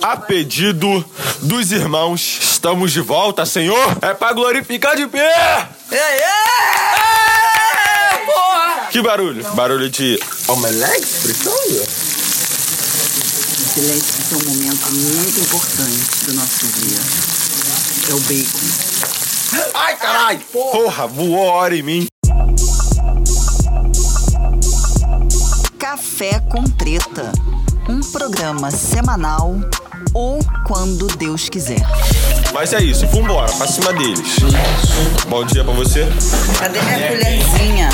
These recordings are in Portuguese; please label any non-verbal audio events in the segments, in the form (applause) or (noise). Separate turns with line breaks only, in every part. a pedido dos irmãos, estamos de volta, Senhor. É pra glorificar de pé!
Ei, ei, ei, porra!
Que barulho? Barulho de
Omelete fritando?
O silêncio é um momento muito importante do nosso dia. É o bacon.
Ai, caralho!
porra, voou hora em mim.
Café com Treta. Um programa semanal ou quando Deus quiser.
Mas é isso, vambora, pra cima deles. Bom dia pra você.
Cadê minha colherzinha?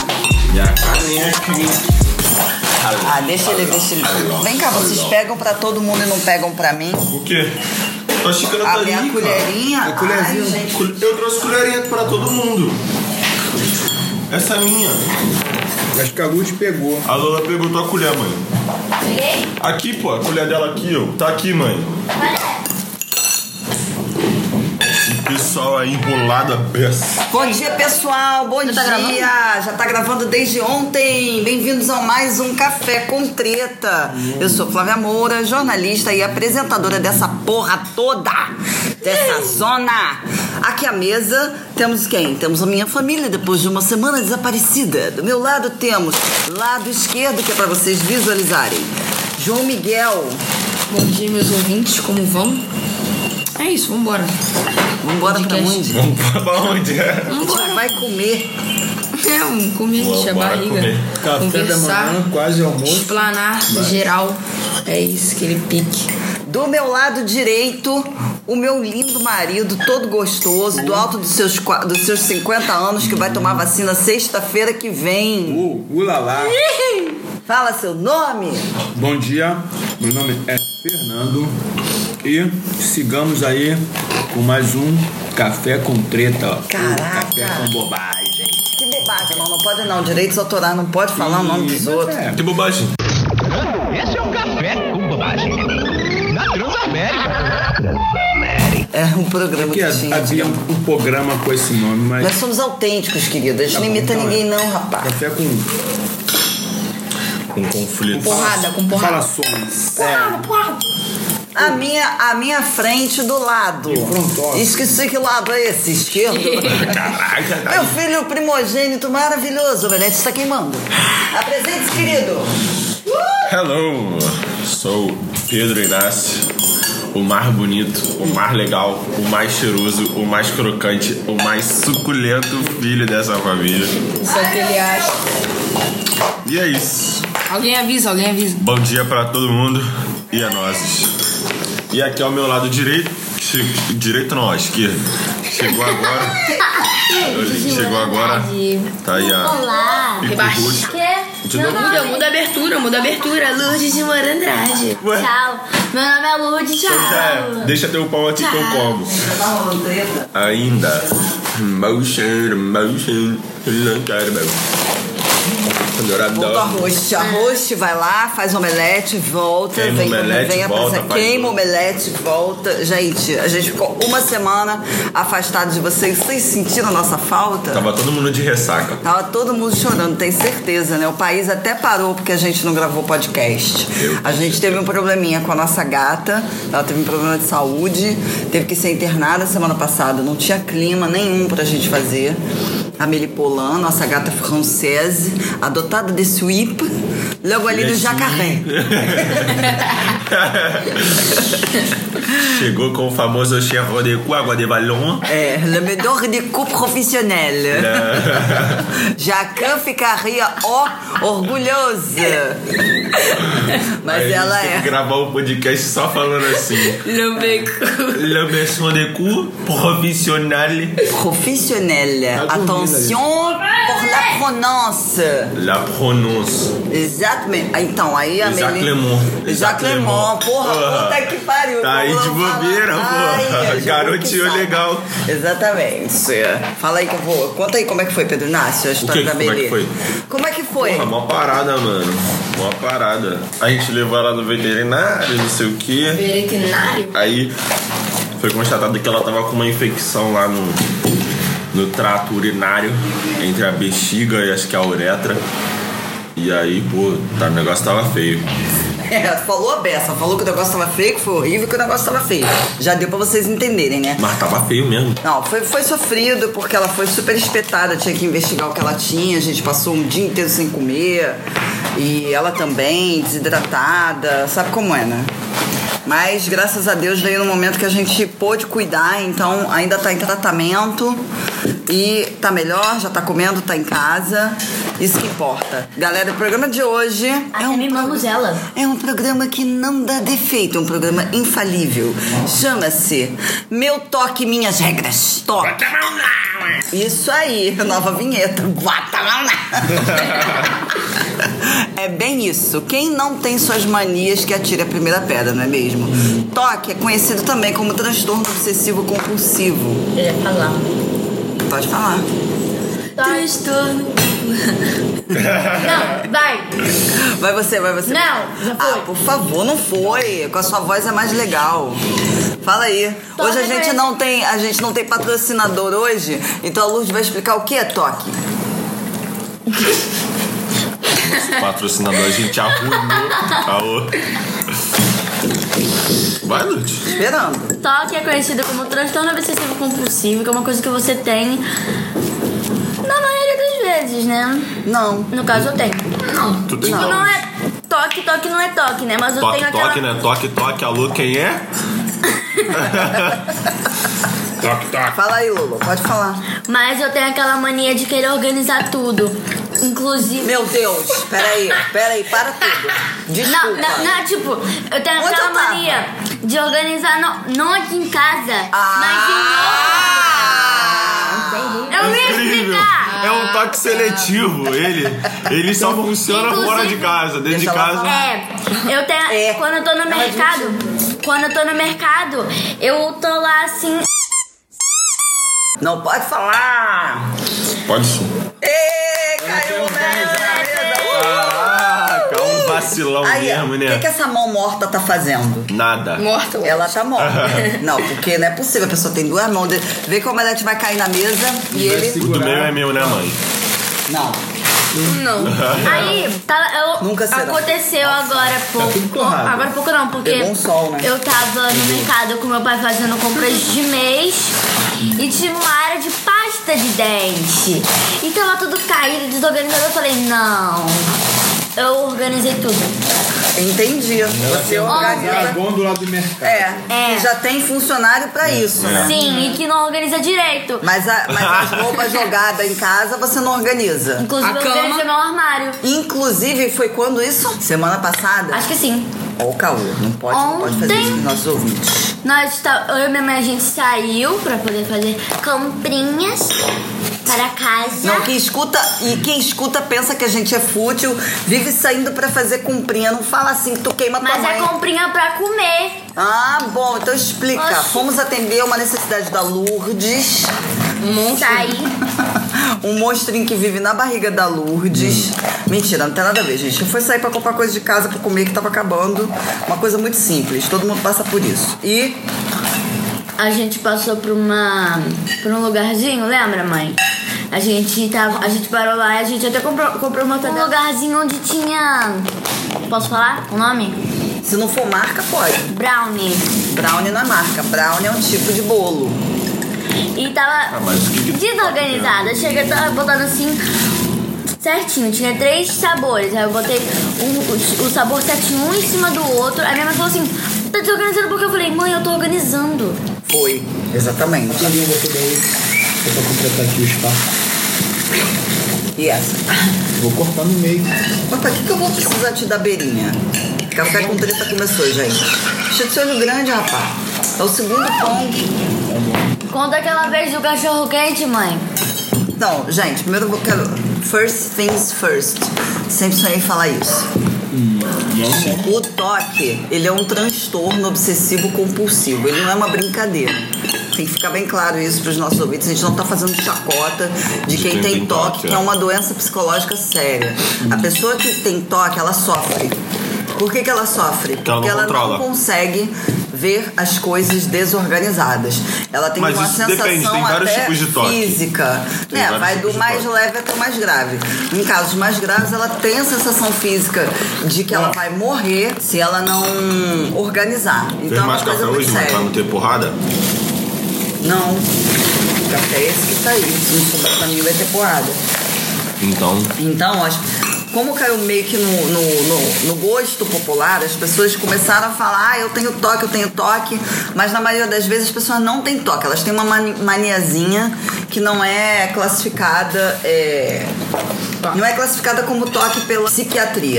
Ah, deixa ele, deixa ele. Vem cá, vocês pegam pra todo mundo e não pegam pra mim?
O quê? Tua xícara tá
A
ali,
minha
cara.
colherinha?
A colherzinha.
Ai, gente.
Col- Eu trouxe colherinha pra todo mundo. Essa é minha.
Acho que a luz pegou.
A Lola pegou tua colher, mãe.
Peguei?
Aqui, pô, a colher dela aqui, ó. Tá aqui, mãe. Esse pessoal aí enrolado a peça.
Bom dia, pessoal. Bom dia. Já tá gravando desde ontem. Bem-vindos a mais um Café com Treta.
Hum.
Eu sou Flávia Moura, jornalista e apresentadora dessa porra toda. Dessa zona. Aqui à mesa temos quem? Temos a minha família depois de uma semana desaparecida. Do meu lado temos lado esquerdo, que é pra vocês visualizarem. João Miguel.
Bom dia, meus ouvintes, como vão? É isso, vambora.
Vambora pra
Podcast.
onde?
Vamos pra onde é?
A gente
Vambora.
vai comer.
É, um comer, encher a
Vambora
barriga.
comer.
Café da
Conversar,
manhã, Tá quase almoço.
explanar geral. É isso, aquele pique.
Do meu lado direito, o meu lindo marido, todo gostoso, do alto dos seus, qua- dos seus 50 anos, que vai tomar vacina sexta-feira que vem.
Uh, ulalá.
Fala seu nome.
Bom dia, meu nome é Fernando e sigamos aí com mais um Café com Treta. ou
Caraca.
Café com Bobagem.
Que bobagem, não, não pode não. Direitos autorais, não pode falar o nome
E-
dos
mas
outros.
é,
Que bobagem.
Esse é o café com bobagem. Na Transamérica.
É um programa
que
que
a-
tinha.
havia um, um programa com esse nome, mas
Nós somos autênticos, querida. A gente
Tá
não
bom,
imita
então é.
ninguém, não, rapaz.
Café com
Com Um conflito.
Ah,
Porrada, com
É.
porrada.
falações.
Porrada, porrada.
A minha, a minha frente do lado.
Frontosa.
Esqueci que lado é esse, esquerdo.
Caraca,
Meu filho primogênito maravilhoso, o Benete está queimando. Apresente-se, querido.
Hello, sou Pedro Inácio, o mais bonito, o mais legal, o mais cheiroso, o mais crocante, o mais suculento filho dessa família.
Isso é o que ele acha.
E é isso.
Alguém avisa, alguém avisa.
Bom dia pra todo mundo e a nós. E aqui ao meu lado direito, che- direito não, à esquerda. Chegou agora. Chegou agora. Tá aí a.
Olá.
Pico Ruth.
Que?
De
Meu
novo?
nome... é
Muda, muda a abertura, muda a abertura. Lourdes de Moura Andrade.
Ué.
Tchau. Meu nome é Lude, tchau.
Deixa, Então é. deixa teu pão aqui que eu como.
Tá rolando treta?
ainda. Motion, motion, não quero meu.
Volta o
Adorador.
um arroz. Arroz, vai lá, faz um omelete, volta.
Queima
vem,
omelete,
vem
volta,
apresentar.
faz-
Queima omelete, volta. Gente, a gente ficou uma semana afastado de vocês. Vocês sentiram a nossa falta?
Tava todo mundo de ressaca.
Tava todo mundo chorando, tem certeza, né? O país até parou porque a gente não gravou podcast. A gente teve um probleminha com a nossa gata, ela teve um problema de saúde, teve que ser internada semana passada, não tinha clima nenhum pra gente fazer. A Melipolan, nossa gata francesa, adotada de Suípe, logo ali do
Yes,
Jacaré.
Chegou com o famoso chevron de cu, água de ballon.
É, le médor de
(laughs)
coupe professionnel. Jacan ficaria, ó, orgulhosa.
É.
Mas
Aí a gente
ela
tem
é.
que gravar um podcast só falando assim.
Lambeco.
Lambeção de cu, profissional.
Professionnel.
Tá dormindo
Attention pour la prononce.
La prononce.
Exatamente. Ah, Então, aí a
Jacques
Meli-
Lemon.
Jacques Lemon, porra,
Porra.
puta que pariu.
Tá aí
Vamos
de
falar.
bobeira,
Ai,
porra. (laughs)
eu juro
Garotinho
que saco.
legal.
Exatamente. Fala aí que eu vou. Conta aí como é que foi, Pedro Inácio, a história
que-
da
como é
Meli.
que foi?
Como é que foi?
Porra, mó parada, mano. Mó parada. A gente levou ela no veterinário, não sei o quê.
Veterinário.
Aí foi constatado que ela tava com uma infecção lá no, no trato urinário, entre a bexiga e acho que a uretra. E aí, pô, tá, o negócio tava feio.
É, (laughs) falou a beça, falou que o negócio tava feio, que foi horrível, que o negócio tava feio. Já deu pra vocês entenderem, né?
Mas tava feio mesmo.
Não, foi, foi sofrido porque ela foi super espetada, tinha que investigar o que ela tinha, a gente passou um dia inteiro sem comer. E ela também, desidratada, sabe como é, né? Mas graças a Deus veio no momento que a gente pôde cuidar, então ainda tá em tratamento e tá melhor, já tá comendo, tá em casa. Isso que importa. Galera, o programa de hoje
Até
é um
mimamos ela.
é um programa que não dá defeito, é um programa infalível. Chama-se Meu Toque Minhas Regras. Toque. Isso aí, nova vinheta. (laughs) Bota a mão na- É bem isso. Quem não tem suas manias que atire a primeira pedra, não é mesmo? Toque é conhecido também como transtorno obsessivo compulsivo.
Eu ia falar.
Pode falar.
Transtorno. Não, vai.
Vai você, vai você.
Não, já foi.
Ah, por favor, não foi. Com a sua voz é mais legal. Fala aí.
Toque
hoje a gente
mesmo.
não tem, a gente não tem patrocinador hoje, então a Lourdes vai explicar o que é toque.
Patrocinador, a gente arruinou. Caô. Vai, Lute.
Esperando.
TOC é conhecido como transtorno obsessivo compulsivo, que é uma coisa que você tem na maioria das vezes, né?
Não.
No caso eu tenho. Não.
Tu tem
Tipo,
não.
não é toque, toque não é toque, né? Mas eu
Toque,
tenho aquela.
toque, né? Toque, toque. Alô, quem é? toque, toque.
Fala aí, Lulu. Pode falar.
Mas eu tenho aquela mania de querer organizar tudo. Inclusive.
Meu Deus. Peraí, peraí. Para tudo. Desculpa.
Não, não, não, tipo, eu tenho
Onde
aquela
eu tava?
mania de organizar não, não aqui em casa,
Ah!
mas em outro lugar. Eu ia
Incrível.
explicar.
É um toque seletivo. Ele, ele só funciona
Inclusive-
fora de casa. Dentro de
Deixa ela
casa.
falar.
É, eu tenho.
É.
Quando eu tô no mercado, quando eu tô no mercado, eu tô lá assim.
Não pode falar.
Pode sim.
Ê, caiu o velho na mesa.
Caraca, um vacilão
Aí, ó,
mesmo,
o
né?
que, que essa mão morta tá fazendo?
Nada.
Morta.
Ela tá morta. (laughs) não, porque não é possível. A pessoa tem duas mãos. de- Vê como ela te vai cair na mesa e ele.
O do meu é meu, né, mãe?
Não.
(laughs)
Não.
Aí, tá, eu,
Nunca será. Tá
aconteceu agora há
tudo
pouco.
torrado.
agora há pouco não, porque
Pegou um sol, né?
eu tava no mercado com meu pai fazendo compras de mês e tinha uma área de pasta de dente. E tava tudo caído, desorganizado. Eu falei, não. Eu organizei tudo.
Entendi. Você é
Tá
organiza.
bom do lado do mercado.
É,
É.
E já tem funcionário pra isso, né?
Sim, e que não organiza direito.
Mas, a, mas as roupas jogadas em casa você não organiza.
Inclusive,
A
eu
cama.
organizei meu armário.
Inclusive, foi quando isso? Semana passada?
Acho que sim.
Ó, o caô. Não pode, não pode fazer isso com
Ontem.
nossos ouvintes.
Nós, tá- eu e minha mãe, a gente saiu pra poder fazer comprinhas para casa.
Não, quem escuta e quem escuta pensa que a gente é fútil, vive saindo pra fazer comprinha. Não fala assim que tu queima tua
Mas
mãe.
é comprinha pra comer.
Ah, bom, então explica.
Oxi.
Fomos atender uma necessidade da Lourdes, (laughs)
Saí.
um monstrinho que vive na barriga da Lourdes. Mentira, não tem nada a ver, gente. Foi sair pra comprar coisa de casa pra comer que tava acabando. Uma coisa muito simples, todo mundo passa por isso. E
A gente passou por uma. por um lugarzinho, lembra, mãe? A gente tava. A gente parou lá e a gente até comprou, comprou uma Um lugarzinho onde tinha. Posso falar o nome?
se não for marca, pode.
Brownie.
Brownie não é marca, brownie é um tipo de bolo.
E tava
Ah, mas o que que-
desorganizada. Chega, eu tava botando assim certinho. Tinha três sabores. Aí eu botei um- o, o sabor certinho um em cima do outro. Aí minha mãe falou assim: tá desorganizando porque eu falei, mãe, eu tô organizando.
Foi, exatamente.
Tá bom, vou pegar aí. Só pra completar aqui o espaço.
E essa?
Vou cortar no meio.
Mas pra que, que eu vou precisar te dar beirinha? Café com treta começou, gente. Deixa de ser olho grande, rapaz. É o segundo ponto.
Conta aquela vez do cachorro quente, mãe.
Então, gente, primeiro eu quero. First things first. Sempre sonhei em falar isso. O toque, ele é um transtorno obsessivo compulsivo. Ele não é uma brincadeira. Tem que ficar bem claro isso para os nossos ouvintes. A gente não está fazendo chacota de quem tem, toque, que é uma doença psicológica séria. A pessoa que tem toque, ela sofre. Por que, que ela sofre?
ela não
Porque ela não
controla.
consegue ver as coisas desorganizadas. Ela tem
Mas
uma
isso
sensação
depende, tem vários
até
tipos de toque.
física.
Tem
né?
vários
Vai do
tipos de
mais
toque.
leve até o mais grave. Em casos mais graves, ela tem a sensação física de que ela vai morrer se ela não organizar. Então
Fez
é uma
mais café
coisa muito
hoje, mas tá pra
séria.
não ter porrada?
Não. Café é esse que tá aí. Se não sobrar pra mim, vai ter porrada.
Então,
Então, acho, como caiu meio que no, no, no- no gosto popular, as pessoas começaram a falar, ah, eu tenho toque, eu tenho toque, mas na maioria das vezes as pessoas não têm toque, elas têm uma mani- maniazinha que não é classificada, é, não é classificada como toque pela psiquiatria.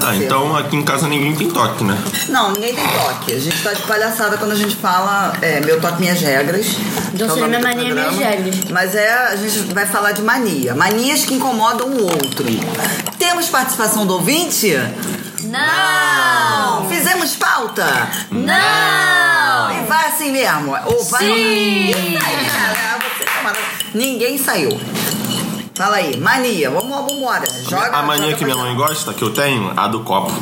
ah, então aqui em casa ninguém tem toque, né?
Não, ninguém tem toque. A gente tá de palhaçada quando a gente fala é, meu toque, minhas regras. que é o
Então,
nome
seria minha
do
mania,
programa.
minhas regras.
Mas é, a gente vai falar de mania. Manias que incomodam o outro. Temos participação do ouvinte?
Ah!
Não!
Fizemos falta?
Não!
E vai assim mesmo. Ou vai.
Sim!
Isso aí, cara. Você tá maravilhoso. Ninguém saiu. Fala aí, mania. Vamos lá, vambora. Joga.
A mania
joga
que
pra
minha
cá.
mãe gosta, que eu tenho, a do copo.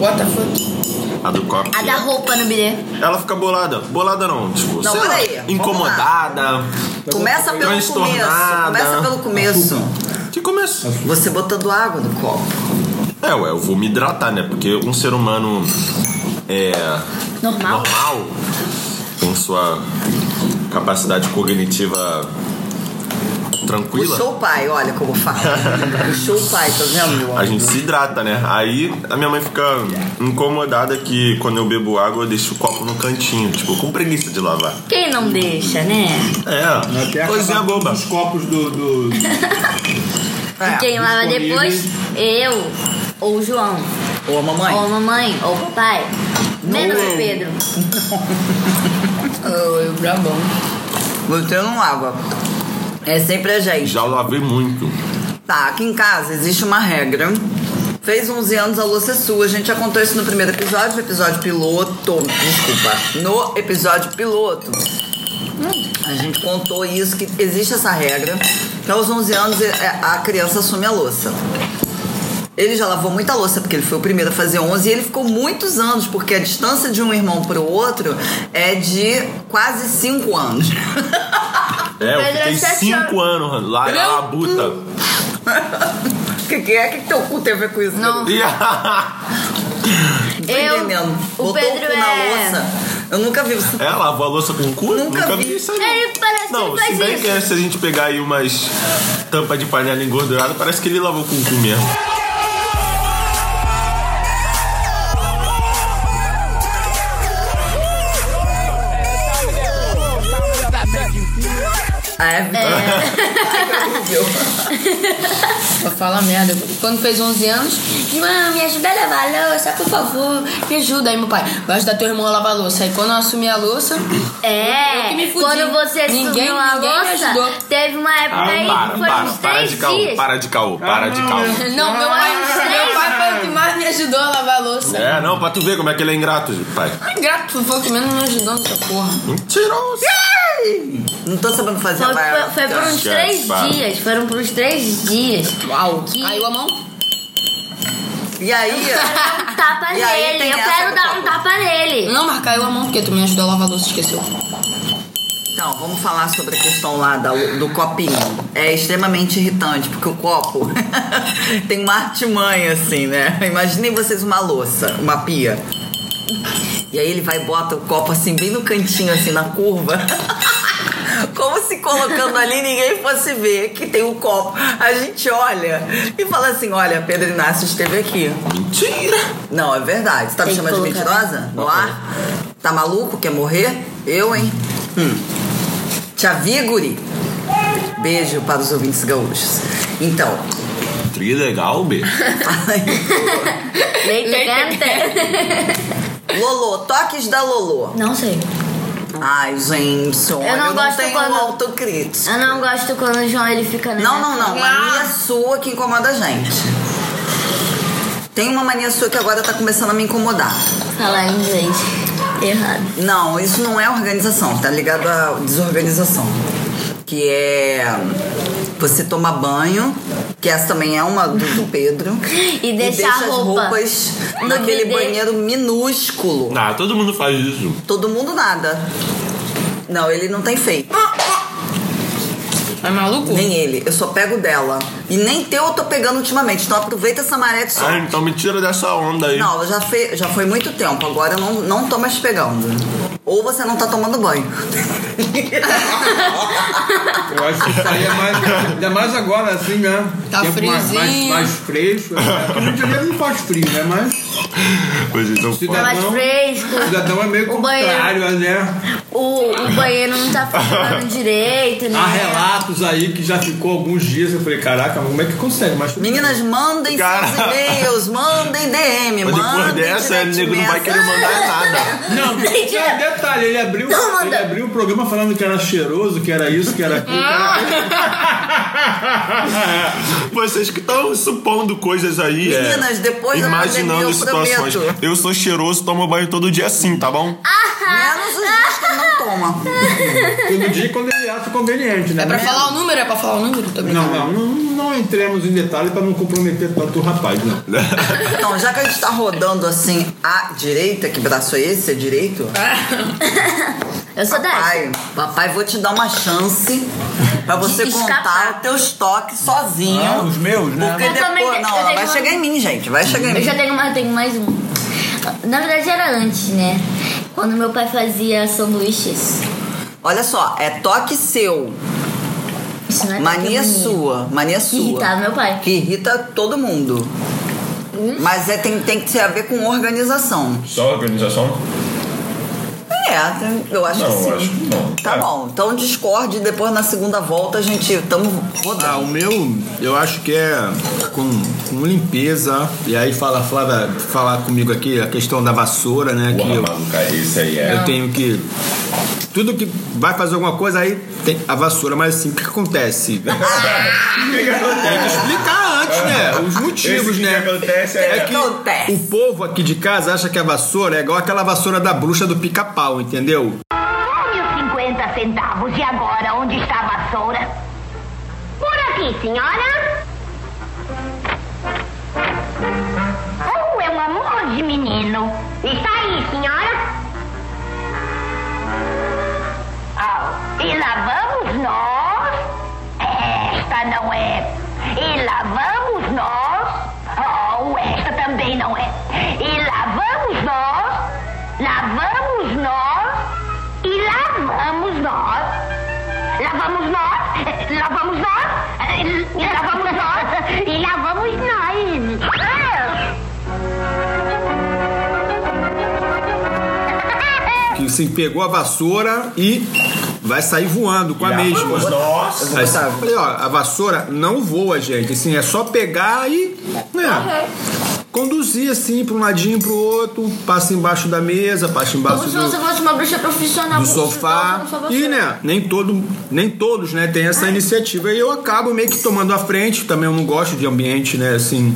What the fuck?
A do copo.
A da roupa no bilhê.
Ela fica bolada. Bolada não, tipo,
Não,
sei lá,
peraí, vamos
incomodada.
Começa pelo começo.
transtornada.
Começa pelo começo.
Que começo.
Você botando água no copo.
É, ué, eu vou me hidratar, né? Porque um ser humano é
Normal?
normal, com sua capacidade cognitiva tranquila,
Puxou o pai, olha como fala. Puxou o pai, tá vendo, meu
a
amor?
gente se hidrata, né? Aí a minha mãe fica incomodada que quando eu bebo água eu deixo o copo no cantinho, tipo, com preguiça de lavar.
Quem não deixa, né?
É,
Até
coisinha
acabar com
boba.
Os copos do. do...
É.
Quem lava
disponível.
depois? Eu ou o João.
Ô, mamãe.
Ou a mamãe, ou o papai. Menos
(laughs)
o Pedro.
Oh, eu brabão.
Você não lava. É sempre a gente.
Já lavei muito.
Tá, aqui em casa existe uma regra. Fez 11 anos, a louça é sua. A gente já contou isso no primeiro episódio, no episódio piloto. Desculpa. No episódio piloto. A gente contou isso, que existe essa regra. Que aos 11 anos é- é- a criança assume a louça. Ele já lavou muita louça, porque ele foi o primeiro a fazer 11 e ele ficou muitos anos, porque a distância de um irmão pro outro é de quase 5 anos. (laughs)
É, eu
Pedro,
fiquei
sete
cinco anos lá na labuta.
O que, que é? O que, que teu cu tem a ver com isso?
(laughs)
Não.
Tô
Eu-
entendendo.
o
Botou
Pedro
cu na
é-
louça. Eu nunca vi isso.
É, lavou a louça com o cu?
Nunca vi.
isso aí. não.
Ele É, parece
não,
que faz
se bem
isso.
que é, se a gente pegar aí umas tampa de panela engordurada, parece que ele lavou com o cu mesmo.
Ah, é? (laughs) é.
Só fala merda. Quando fez 11 anos, irmã, me ajuda a lavar a louça, por favor. Me ajuda. Aí meu pai, vai ajudar teu irmão a lavar a louça. Aí quando eu assumi a louça, Eu que
É,
me fudi.
quando você
Ninguém-
subiu a
ninguém me ajudou.
louça, teve uma época aí
Ah, para,
que foram
para,
uns
para
três
de caô,
dias.
para de caô, para de caô.
não, meu pai, Ah, meu pai foi o que mais me ajudou a lavar a louça.
É, não, pra tu ver como é que ele é ingrato, pai.
Grato, foi o que menos me ajudou nessa porra.
Mentiroso!
Não tô sabendo fazer
Foi,
a barba.
foi, foi por um tipo uns
Esquece,
três
para.
dias. Foram por uns três
(laughs)
dias.
Uau.
Que-
Caiu a mão?
E
(laughs)
aí?
Um tapa
E aí
nele.
tem
Eu
essa,
quero
por
dar um
favor.
tapa nele.
Não, mas caiu a mão porque tu me ajudou a lavar a louça, esqueceu.
Então, vamos falar sobre a questão lá da- do copinho. É extremamente irritante, porque o copo (laughs) tem uma artimanha, assim, né? Imaginem vocês uma louça, uma pia. E aí ele vai e bota o copo assim, bem no cantinho, assim, na curva. (laughs) Como se colocando ali ninguém fosse ver que tem o copo. A gente olha e fala assim: olha, Pedro Inácio esteve aqui.
Mentira!
Não, é verdade. Você tá me
Tem que
chamando de
colocar.
mentirosa? No ar? Tá maluco? Quer morrer? Eu, hein? Hum. Te avigure. Beijo para os ouvintes gaúchos. Então,
Tri é legal,
(laughs)
B.
fala aí.
Leite quente.
Lolô, toques da Lolô.
Não sei.
Ai, gente, olha, eu não,
gosto
tenho
quando- Ah, né?
autocrítica.
Eu não gosto quando o João ele fica... na
Não,
minha
não, não.
cara.
Mania sua que incomoda a gente. Tem uma mania sua que agora tá começando a me incomodar.
Falar em inglês. Errado.
Não, isso não é organização, tá ligado à desorganização. Que é Você toma banho, que essa também é uma do, do Pedro.
(laughs) E deixa a
as
roupa
roupas
no
naquele
bidê.
banheiro minúsculo.
Ah, todo mundo faz isso.
Todo mundo nada. Não, ele não tem feito.
É maluco?
Nem ele. Eu só pego dela. E nem teu eu tô pegando ultimamente. Então aproveita essa maré de sol.
Ah, então me tira dessa onda aí.
Não, já, fe... já foi muito tempo. Agora eu não, não tô mais pegando. Ou você não tá tomando banho.
Eu acho que isso aí é mais. Ainda mais agora, assim, né?
Tá
Tempo mais, mais,
friozinho.
mais fresco. Né? Porque no dia a dia não faz frio, né? Mas
Pois então,
Cidadão.
mais fresco.
o cidadão é meio
O banheiro.
contrário, né?
O, o banheiro não tá funcionando direito, né?
Há
É.
relatos aí que já ficou alguns dias. Eu falei, caraca, como é que consegue? Mas tudo
Meninas, mandem seus
Cara.
e-mails, mandem DM,
Mas depois
mandem.
dessa, o
direct
nego não vai
message.
querer mandar nada.
(laughs)
Não,
Gente,
não, é detalhe, ele abriu,
Não,
ele
manda.
abriu o programa falando que era cheiroso, que era isso, que era aquilo. que era-
Vocês que estão supondo coisas aí.
Meninas,
é,
depois da
Imaginando
pandemia, eu
situações.
prometo.
Eu sou cheiroso, tomo banho todo dia sim, tá bom?
Menos os dias que não toma.
Todo dia quando ele acha conveniente, né?
Ah. É pra
Mas-
falar o número? É pra falar o número também? (laughs)
Não, não, não, não entremos em detalhe pra não comprometer tanto o rapaz, não.
Então, já que a gente tá rodando assim à direita, que braço é esse? É direito?
Eu sou dessa.
Papai, papai, vou te dar uma chance pra você
De escapar.
contar o teu estoque
é
sozinho.
Ah, os meus, né?
Porque
Eu também
depois.
tenho-
Não,
eu
ela
tenho
vai
uma-
chegar em mim, gente. Vai chegar em
Eu já
mim.
tenho mais, tenho mais um. Na verdade era antes, né? Quando meu pai fazia sanduíches.
Olha só, é toque seu.
Isso não é
Mania
mania.
sua. Mania
Que
sua.
irritava tá, meu pai.
Que irrita todo mundo. Mas é, tem, tem que ter a ver com organização.
Só organização?
É, tem- eu acho
Não,
que sim.
eu acho que não.
Tá
É.
bom. Então discorde depois na segunda volta a gente tamo
Ah,
rodando.
o meu, eu acho que é com, com limpeza. E aí fala, Flávia, falar comigo aqui a questão da vassoura, né? que eu,
maluca, esse aí é.
eu tenho que. Tudo que vai fazer alguma coisa aí tem a vassoura, mas assim, o que
(laughs)
que acontece? tem que explicar antes, né? Os motivos,
Esse que
né?
acontece é-
que o povo aqui de casa acha que a vassoura é igual aquela vassoura da bruxa do pica-pau, entendeu?
E os 50 centavos. E agora, onde está a vassoura? Por aqui, senhora. Oh, é um amor de menino. Está aí, senhora. Oh, e lá vamos nós. Esta não é. E lá vamos nós. Oh, esta também não é. E lá vamos nós. Lá vamos nós. E lá vamos nós. Lá vamos nós. Lá vamos nós. Lá vamos nós. E lá vamos nós. Ah! (laughs)
Que assim, pegou a vassoura e vai sair voando com a mesma.
Nossa.
Aí, falei, ó, a vassoura não voa, gente. Assim, é só pegar e. Né, Conduzir assim pra um ladinho pro outro, passa embaixo da mesa, passa
Como
embaixo
se você
do,
fosse uma bruxa profissional.
do sofá. E né, nem, todo, nem todos né, tem essa iniciativa. E eu acabo meio que tomando a frente, também eu não gosto de ambiente, né, assim.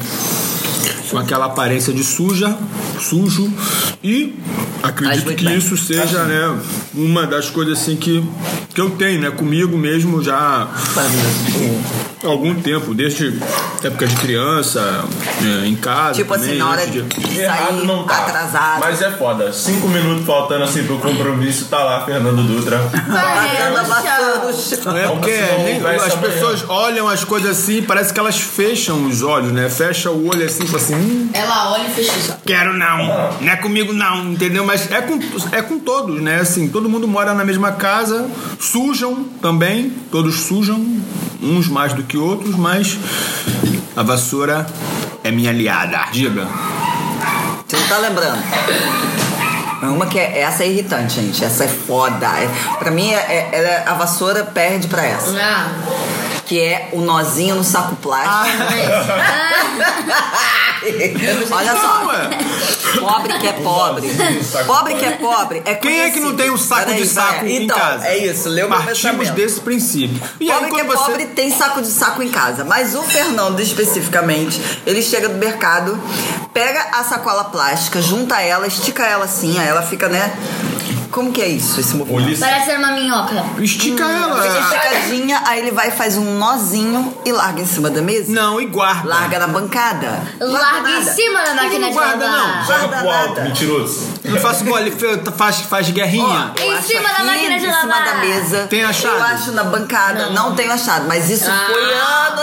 Com aquela aparência de suja, sujo. E
Mas
acredito
muito
que
bem.
isso seja, né, uma das coisas assim que, que eu tenho, né? Comigo mesmo já há algum tempo, desde época de criança, é, em casa.
Tipo assim,
também,
na hora
antes
de
de- tá.
sair atrasado.
Mas é foda. Cinco minutos faltando assim pro compromisso, tá lá Fernando Dutra.
Batendo a vassoura no chão.
É porque
Vamos, vamos,
nem-
vai
as
essa manhã.
pessoas olham as coisas assim, parece que elas fecham os olhos, né? Fecha o olho assim, fala assim, hum,
Ela olha e fecha isso.
quero não, não é comigo não, entendeu? Mas é com, é com todos, né? Assim, todo mundo mora na mesma casa, sujam também, todos sujam, uns mais do que outros, mas a vassoura é minha aliada. Diga.
Você não tá lembrando? É Uma que é, essa é irritante, gente. Essa é foda. É, pra mim, é, é- ela é- a vassoura perde pra essa.
Ah,
Que é o nozinho no saco plástico. (laughs) Olha
Não,
só.
é.
Pobre que é pobre. Pobre que é pobre. É
Quem é que não tem um saco
conhecido.
de saco
Peraí,
em
então,
casa?
É isso, leu meu
Partimos
pensamento.
desse princípio. E
pobre
aí
que é
quando você
pobre tem saco de saco em casa. Mas o Fernando, especificamente, ele chega do mercado, pega a sacola plástica, junta ela, estica ela assim, aí ela fica, né? Como que é isso, esse movimento?
Ulisses.
Parece ser uma minhoca.
Estica
Fica
ela.
esticadinha, aí ele vai e faz um nozinho e larga em cima da mesa.
Não, e guarda.
Larga na bancada.
Larga em
nada.
cima da máquina de
guarda,
lavar.
Joga pro alto,
nada.
mentiroso.
Não faço bola, ele fe- faz, faz guerrinha.
Ó, eu
Em
acho
cima da
aqui,
máquina de
em cima
lavar.
da mesa.
Tem a chave?
Eu acho na bancada. Não, tenho achado, mas isso
Ah.
foi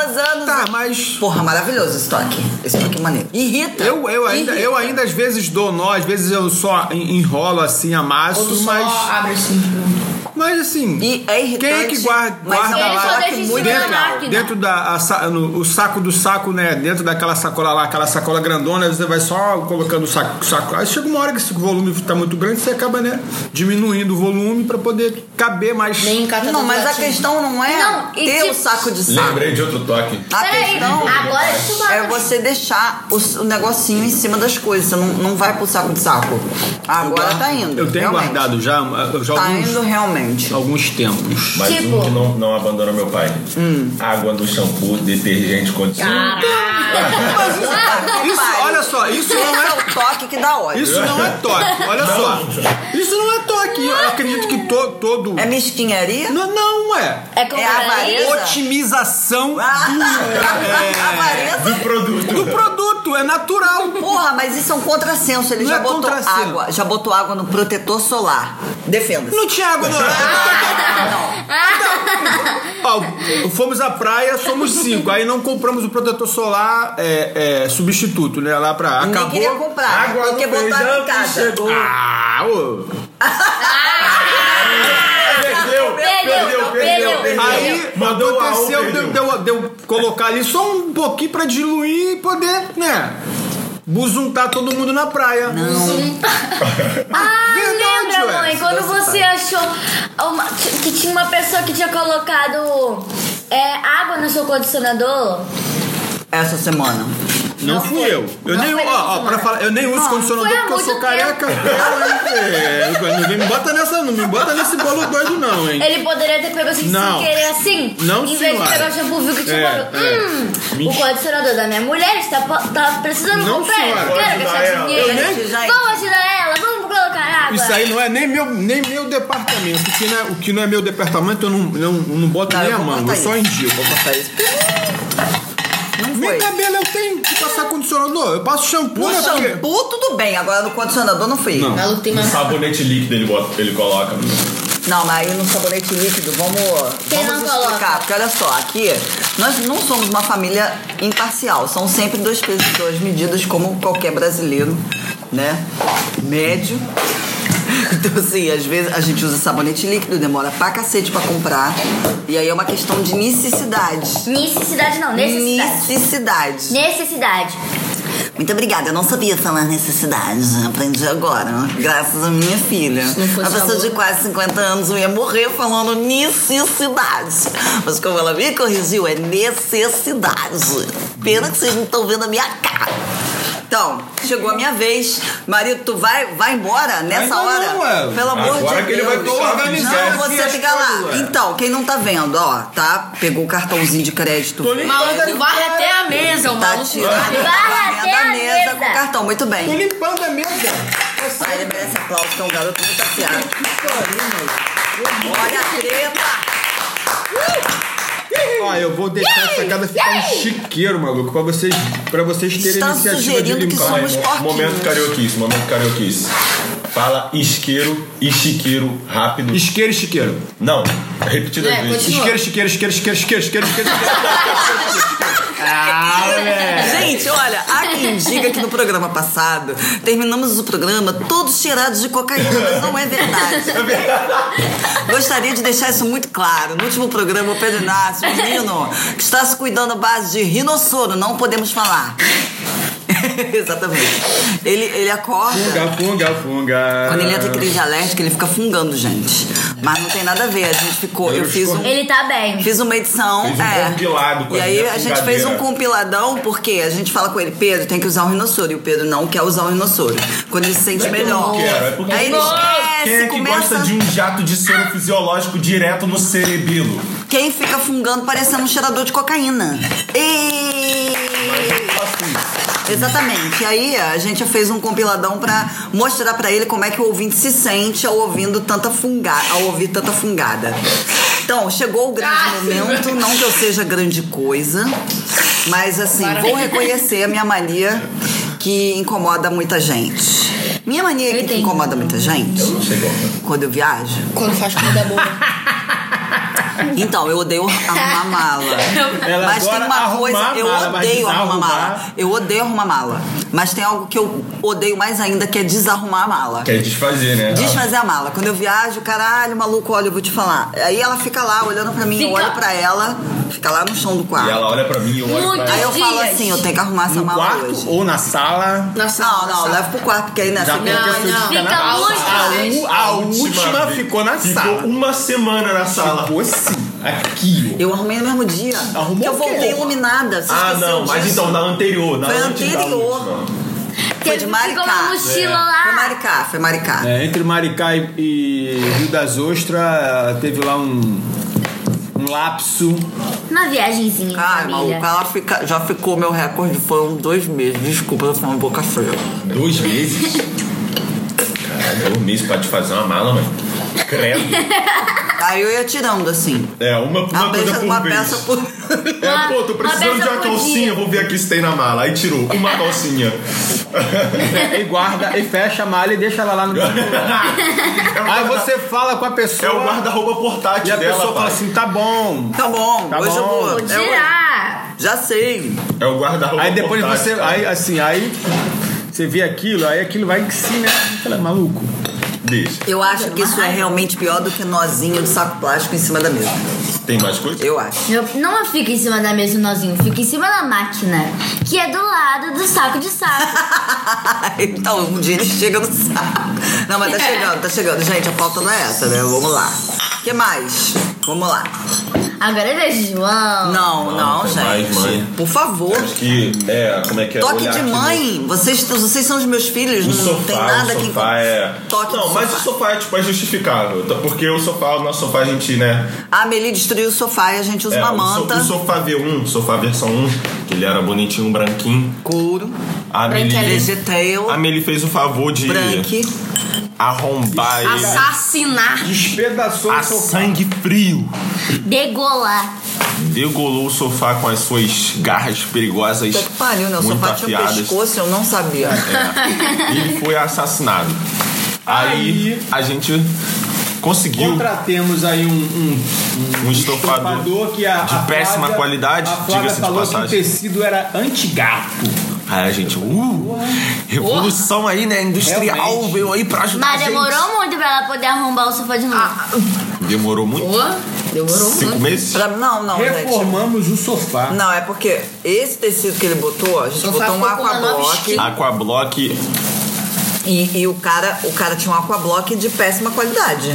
anos, anos.
tá,
anos.
mas.
Porra, maravilhoso esse toque. Esse toque é maneiro. Irrita.
Eu, eu, ainda, eu ainda às vezes dou nó, às vezes eu só en- enrolo assim, amasso,
Ou tu
mas.
só abre assim.
Mas assim.
E é irritante.
Quem é que guarda,
mas
guarda
é um
Ele só
lá
toque
deixa em
muito
cima da
dentro,
legal.
máquina.
dentro da a sa- no- o saco do saco, né? Dentro daquela sacola lá, aquela sacola grandona, você vai só colocando o saco, saco. Aí chega uma hora que esse volume tá muito grande, você acaba, né, diminuindo o volume pra poder caber mais.
Nem encata
Não,
no
mas a
pratinho.
questão não é
Não, e
ter
se-
o saco de saco.
Lembrei de outro toque.
A
Peraí,
questão
agora tu vai.
é você deixar o, s- o negocinho em cima das coisas. Você não, não vai pro saco de saco. Agora tá indo.
Eu tenho
realmente.
guardado já, eu já
Tá
alguns,
indo realmente.
alguns tempos.
Mas
Tipo-
um que não, não abandona meu pai. Água do shampoo, detergente, condicionador.
(laughs)
Isso, olha só, isso
Esse
não é
é (laughs) o toque que dá ódio.
Isso não é toque, olha só. Isso não é toque. Eu acredito que to- todo.
É mesquinharia? (laughs)
Não, não é.
É como
É avareza?
Otimização
Ah, (laughs)
é.
Avareza.
Do
(laughs)
produto.
do produto, é natural.
Porra, mas isso é um contrassenso. Ele
Não
já
é
botou
contrassenso.
água. Já botou água no protetor solar. Defenda-se.
Não tinha água no
(laughs)
Ó, fomos à praia, somos cinco. Aí não compramos o protetor solar é, é, substituto, né? Lá pra.
Ninguém queria
Acabou.
comprar.
Água
porque
no
botaram em
feijão que
casa.
chegou.
Ah, ô.
Perdeu,
Perdeu,
perdeu,
perdeu,
perdeu,
Aí
Mandou a
aconteceu
um,
de
perdeu.
de eu, de eu colocar ali só um pouquinho pra diluir e poder, né? Buzuntar todo mundo na praia. Não.
(laughs) Ah,
Verdade,
lembra,
ué.
mãe, quando você achou uma- que tinha uma pessoa que tinha colocado é, água no seu condicionador?
(laughs) Essa semana.
Não,
Não
fui
foi.
eu. Eu
Não
nem,
foi
ó, ó,
isso,
pra
mano.
falar, eu nem uso
Não,
condicionador
foi há
porque eu sou
muito tempo.
careca. Eu, hein, é, não me bota nessa, não me bota nesse bolo doido não, hein.
Ele poderia ter pego assim
Não.
sem querer assim?
Não,
Em vez de
senhora.
pegar o shampoo, viu que tinha
É,
um
é.
Hum, o
Mentira.
condicionador da minha mulher está, po- tá precisando
Não,
comprar.
senhora.
Eu quero
Vou ajudar
gastar
ela.
dinheiro.
Eu nem- Gente.
Vamos ajudar ela, vamos colocar água.
Isso aí não é nem meu, nem meu departamento. O que não é, o que não é meu departamento eu não, não, não boto
Não,
nem
eu
a
vou
mão,
cortar
eu só
isso.
indico.
Vou passar isso. Não
Meu
foi.
cabelo eu tenho que passar condicionador. Eu passo shampoo,
No
né? porque-
shampoo, tudo bem. Agora no condicionador não foi.
Não.
Maluco tem mais.
Sabonete líquido ele, bota, ele coloca.
Não, mas aí no sabonete líquido, vamos,
Quem
vamos
não
explicar.
coloca?
Porque olha só, aqui nós não somos uma família imparcial. São sempre dois pesos e duas medidas, como qualquer brasileiro, né? Médio. (laughs) Então, assim, às vezes a gente usa sabonete líquido, demora pra cacete pra comprar. E aí é uma questão de necessidade.
Necessidade não, necessidade.
Necessidade.
Necessidade.
Muito obrigada, eu não sabia falar necessidade. Aprendi agora, graças à minha filha.
não fosse
Uma pessoa
amor.
de quase 50 anos eu ia morrer falando necessidade. Mas como ela me corrigiu, é necessidade. Pena que vocês não estão vendo a minha cara. Então, chegou a minha vez. Marido, tu vai, vai embora nessa
Ainda não,
hora?
ué.
Pelo amor
Agora
de
que ele
Deus.
vai ter que organizar
Não,
aqui
você
as
fica lá.
coisas, ué.
Então, quem não tá vendo, ó, tá? Pegou o cartãozinho de crédito.
Tô É, limpando
Maluco
a
varre até a mesa, o
Tá
maluco.
tirando
Barra
a
até a
mesa
mesa.
com cartão, muito
Tô
bem.
limpando a mesa.
Aí ele merece aplauso, que é um garoto muito afiado.
Que pariu, meu.
Olha a treta!
Ó, eu vou deixar essa casa ficar um chiqueiro, maluco, pra vocês, pra vocês terem
Está
iniciativa de
sugerindo que
limpar.
somos-
Mas, mo-
porquinhos.
momento karaokeis, momento karaokeis. Fala isqueiro e chiqueiro rápido.
Isqueiro, chiqueiro.
Não, repetidas
É,
vezes.
continua.
Isqueiro, chiqueiro, isqueiro, isqueiro, isqueiro, isqueiro, isqueiro.
(laughs)
Ah, velho.
Gente, olha, há quem diga que no programa passado terminamos o programa todos cheirados de cocaína, mas não é verdade. Gostaria de deixar isso muito claro. No último programa, o Pedro Inácio, o menino, que está se cuidando à base de rinossoro, não podemos falar. (laughs) Exatamente. Ele, ele acorda.
Funga, funga, funga.
Quando ele é entra em crise alérgica, ele fica fungando, gente. Mas não tem nada a ver. A gente ficou. Eu fiz um.
Ele tá bem.
Fiz uma edição.
Fez um
é.
compilado com
E
a
aí
minha
a gente fez um
fungadeira.
compiladão, porque a gente fala com ele, Pedro, tem que usar o rinossoro. E o Pedro não quer usar o rinossoro. Quando ele se sente
Não é que eu
melhor.
não quero, é porque-
aí ele esquece,
Quem é que
começa.
gosta de um jato de soro fisiológico direto no cerebelo?
Quem fica fungando parecendo um cheirador de cocaína. E...
Faço isso.
Exatamente. E aí a gente fez um compiladão pra mostrar pra ele como é que o ouvinte se sente ao ouvindo tanta funga, ao ouvir tanta fungada. Então, chegou o grande
Ah,
momento, não que eu seja grande coisa, mas assim, vou reconhecer a minha mania que incomoda muita gente. Minha mania que, que
entendi.
incomoda muita gente, quando eu viajo,
Quando faz comida boa.
então, eu odeio arrumar mala.
Ela
mas tem
adora
uma
arrumar
coisa, eu
mala, mas
odeio arrumar mala.
desarrumar-
Eu odeio arrumar mala. Mas tem algo que eu odeio mais ainda, que é desarrumar a mala.
Quer desfazer, né?
Desfazer a mala. Quando eu viajo, caralho, maluco, olha, eu vou te falar. Aí ela fica lá olhando pra mim, eu
Fica.
olho pra ela, fica lá no chão do
E
quarto.
ela olha pra mim e eu olho
Muito.
pra
(laughs) Aí
ela.
eu falo
Dias.
assim, eu tenho que arrumar essa
No
mala
quarto
hoje.
ou na sala.
Nossa,
Não, não, leva pro quarto, porque aí né, nessa
Já tem a pessoa
não.
Ah,
que fica
Fica
na
muito
sala. A,
triste.
u- a última
vez.
ficou na sala.
Ficou uma semana na sala.
Ficou assim.
Aqui, ó.
Eu arrumei no mesmo dia.
Arrumou
que eu
o quê?
voltei iluminada. Você
Ah,
esqueceu
não, mas
disso?
então, da anterior. Da
Foi
antes da
anterior.
última.
Teve
de
que
Maricá.
Ficou uma mochila
É. Foi
lá.
Maricá, foi Maricá.
É, entre Maricá e, e Rio das Ostras, teve lá um, um lapso.
Uma viagemzinha em
Ai, maluco, é
família.
ela fica- já ficou meu recorde, foram dois meses. Desculpa, eu tô falando boca feia.
Dois meses? Caralho, dois meses pra te fazer uma mala, mano. Credo.
Aí eu ia tirando, assim.
É, uma,
Uma,
uma coisa
peça,
por
uma
vez.
peça por. (laughs)
É, pô, tô
Uma
precisando
peça
de uma
por
calcinha,
dia.
vou ver aqui se tem na mala. Aí tirou uma calcinha.
É, E guarda, e fecha a malha e deixa ela
(laughs)
lá no.
É o
Aí
guarda-
você fala com a
É
pessoa.
o guarda-roupa portátil
E a
dela,
pessoa fala
pai.
assim: tá bom.
Tá bom,
Tá
hoje eu
bom.
vou.
Vou
é hoje.
tirar.
já sei.
É o guarda-roupa
assim- Aí depois
portátil,
você.
cara.
Aí assim, aí você vê aquilo, aí aquilo vai que sim, né? Fala, maluco.
Deixa.
Eu acho que isso é realmente pior do que nozinho de saco plástico em cima da mesa.
Tem mais coisa?
Eu acho.
Eu não fica em cima da mesa o nozinho, fica em cima da máquina, que é do lado do saco de saco.
(laughs) (laughs) então, um dia ele chega no saco. Não, mas tá chegando, tá chegando. Gente, a pauta não é essa, né? Vamos lá. O que mais? Vamos lá.
Agora é vejo, João.
Não, não,
tem
gente.
mais, mãe.
Por favor.
Que, é, como é que é?
Toque
Olhar
de
aqui no-
mãe. Vocês, vocês são os meus filhos,
O
não
sofá,
tem nada
o
que
sofá é...
Toque
não,
de
mas
sofá.
o sofá é, tipo, é justificável. tá? Porque o sofá, o nosso sofá, a gente, né...
A Amelie destruiu o sofá e a gente usa
é,
uma
o so-
manta.
O sofá V1, sofá versão 1, que ele era bonitinho, branquinho.
Couro.
A Amelie,
Vegetail.
a Amelie fez o favor de
Branque.
arrombar ele
Assassinar.
Despedaçou
a
o seu carro.
sangue frio.
Degolar.
Degolou o sofá com as suas garras perigosas.
Puta que pariu, né? O
muito
sofá tinha um
afiadas.
pescoço, eu não sabia.
É. Ele foi assassinado. Aí,
Aí-
a gente conseguiu
Contratemos aí um, um,
um estofador.
que a,
de
a
péssima qualidade,
a Flávia
diga-se de
falou que
passagem.
o tecido era antigato.
Aí a gente, uh, revolução aí, né? Industrial
Realmente.
veio aí
Tá
pra ajudar.
Mas
a gente.
demorou muito pra ela poder arrombar o sofá de novo.
Ah.
Demorou muito?
Boa. Demorou
Cinco
muito.
meses?
Pra- não, não, é gente.
Reformamos o sofá.
Não, é porque esse tecido que ele botou, a gente
Sofá
botou um
ficou com uma nova
aquablock
esquina.
Aquablock.
e, e o, cara, o cara tinha um aquablock de péssima qualidade.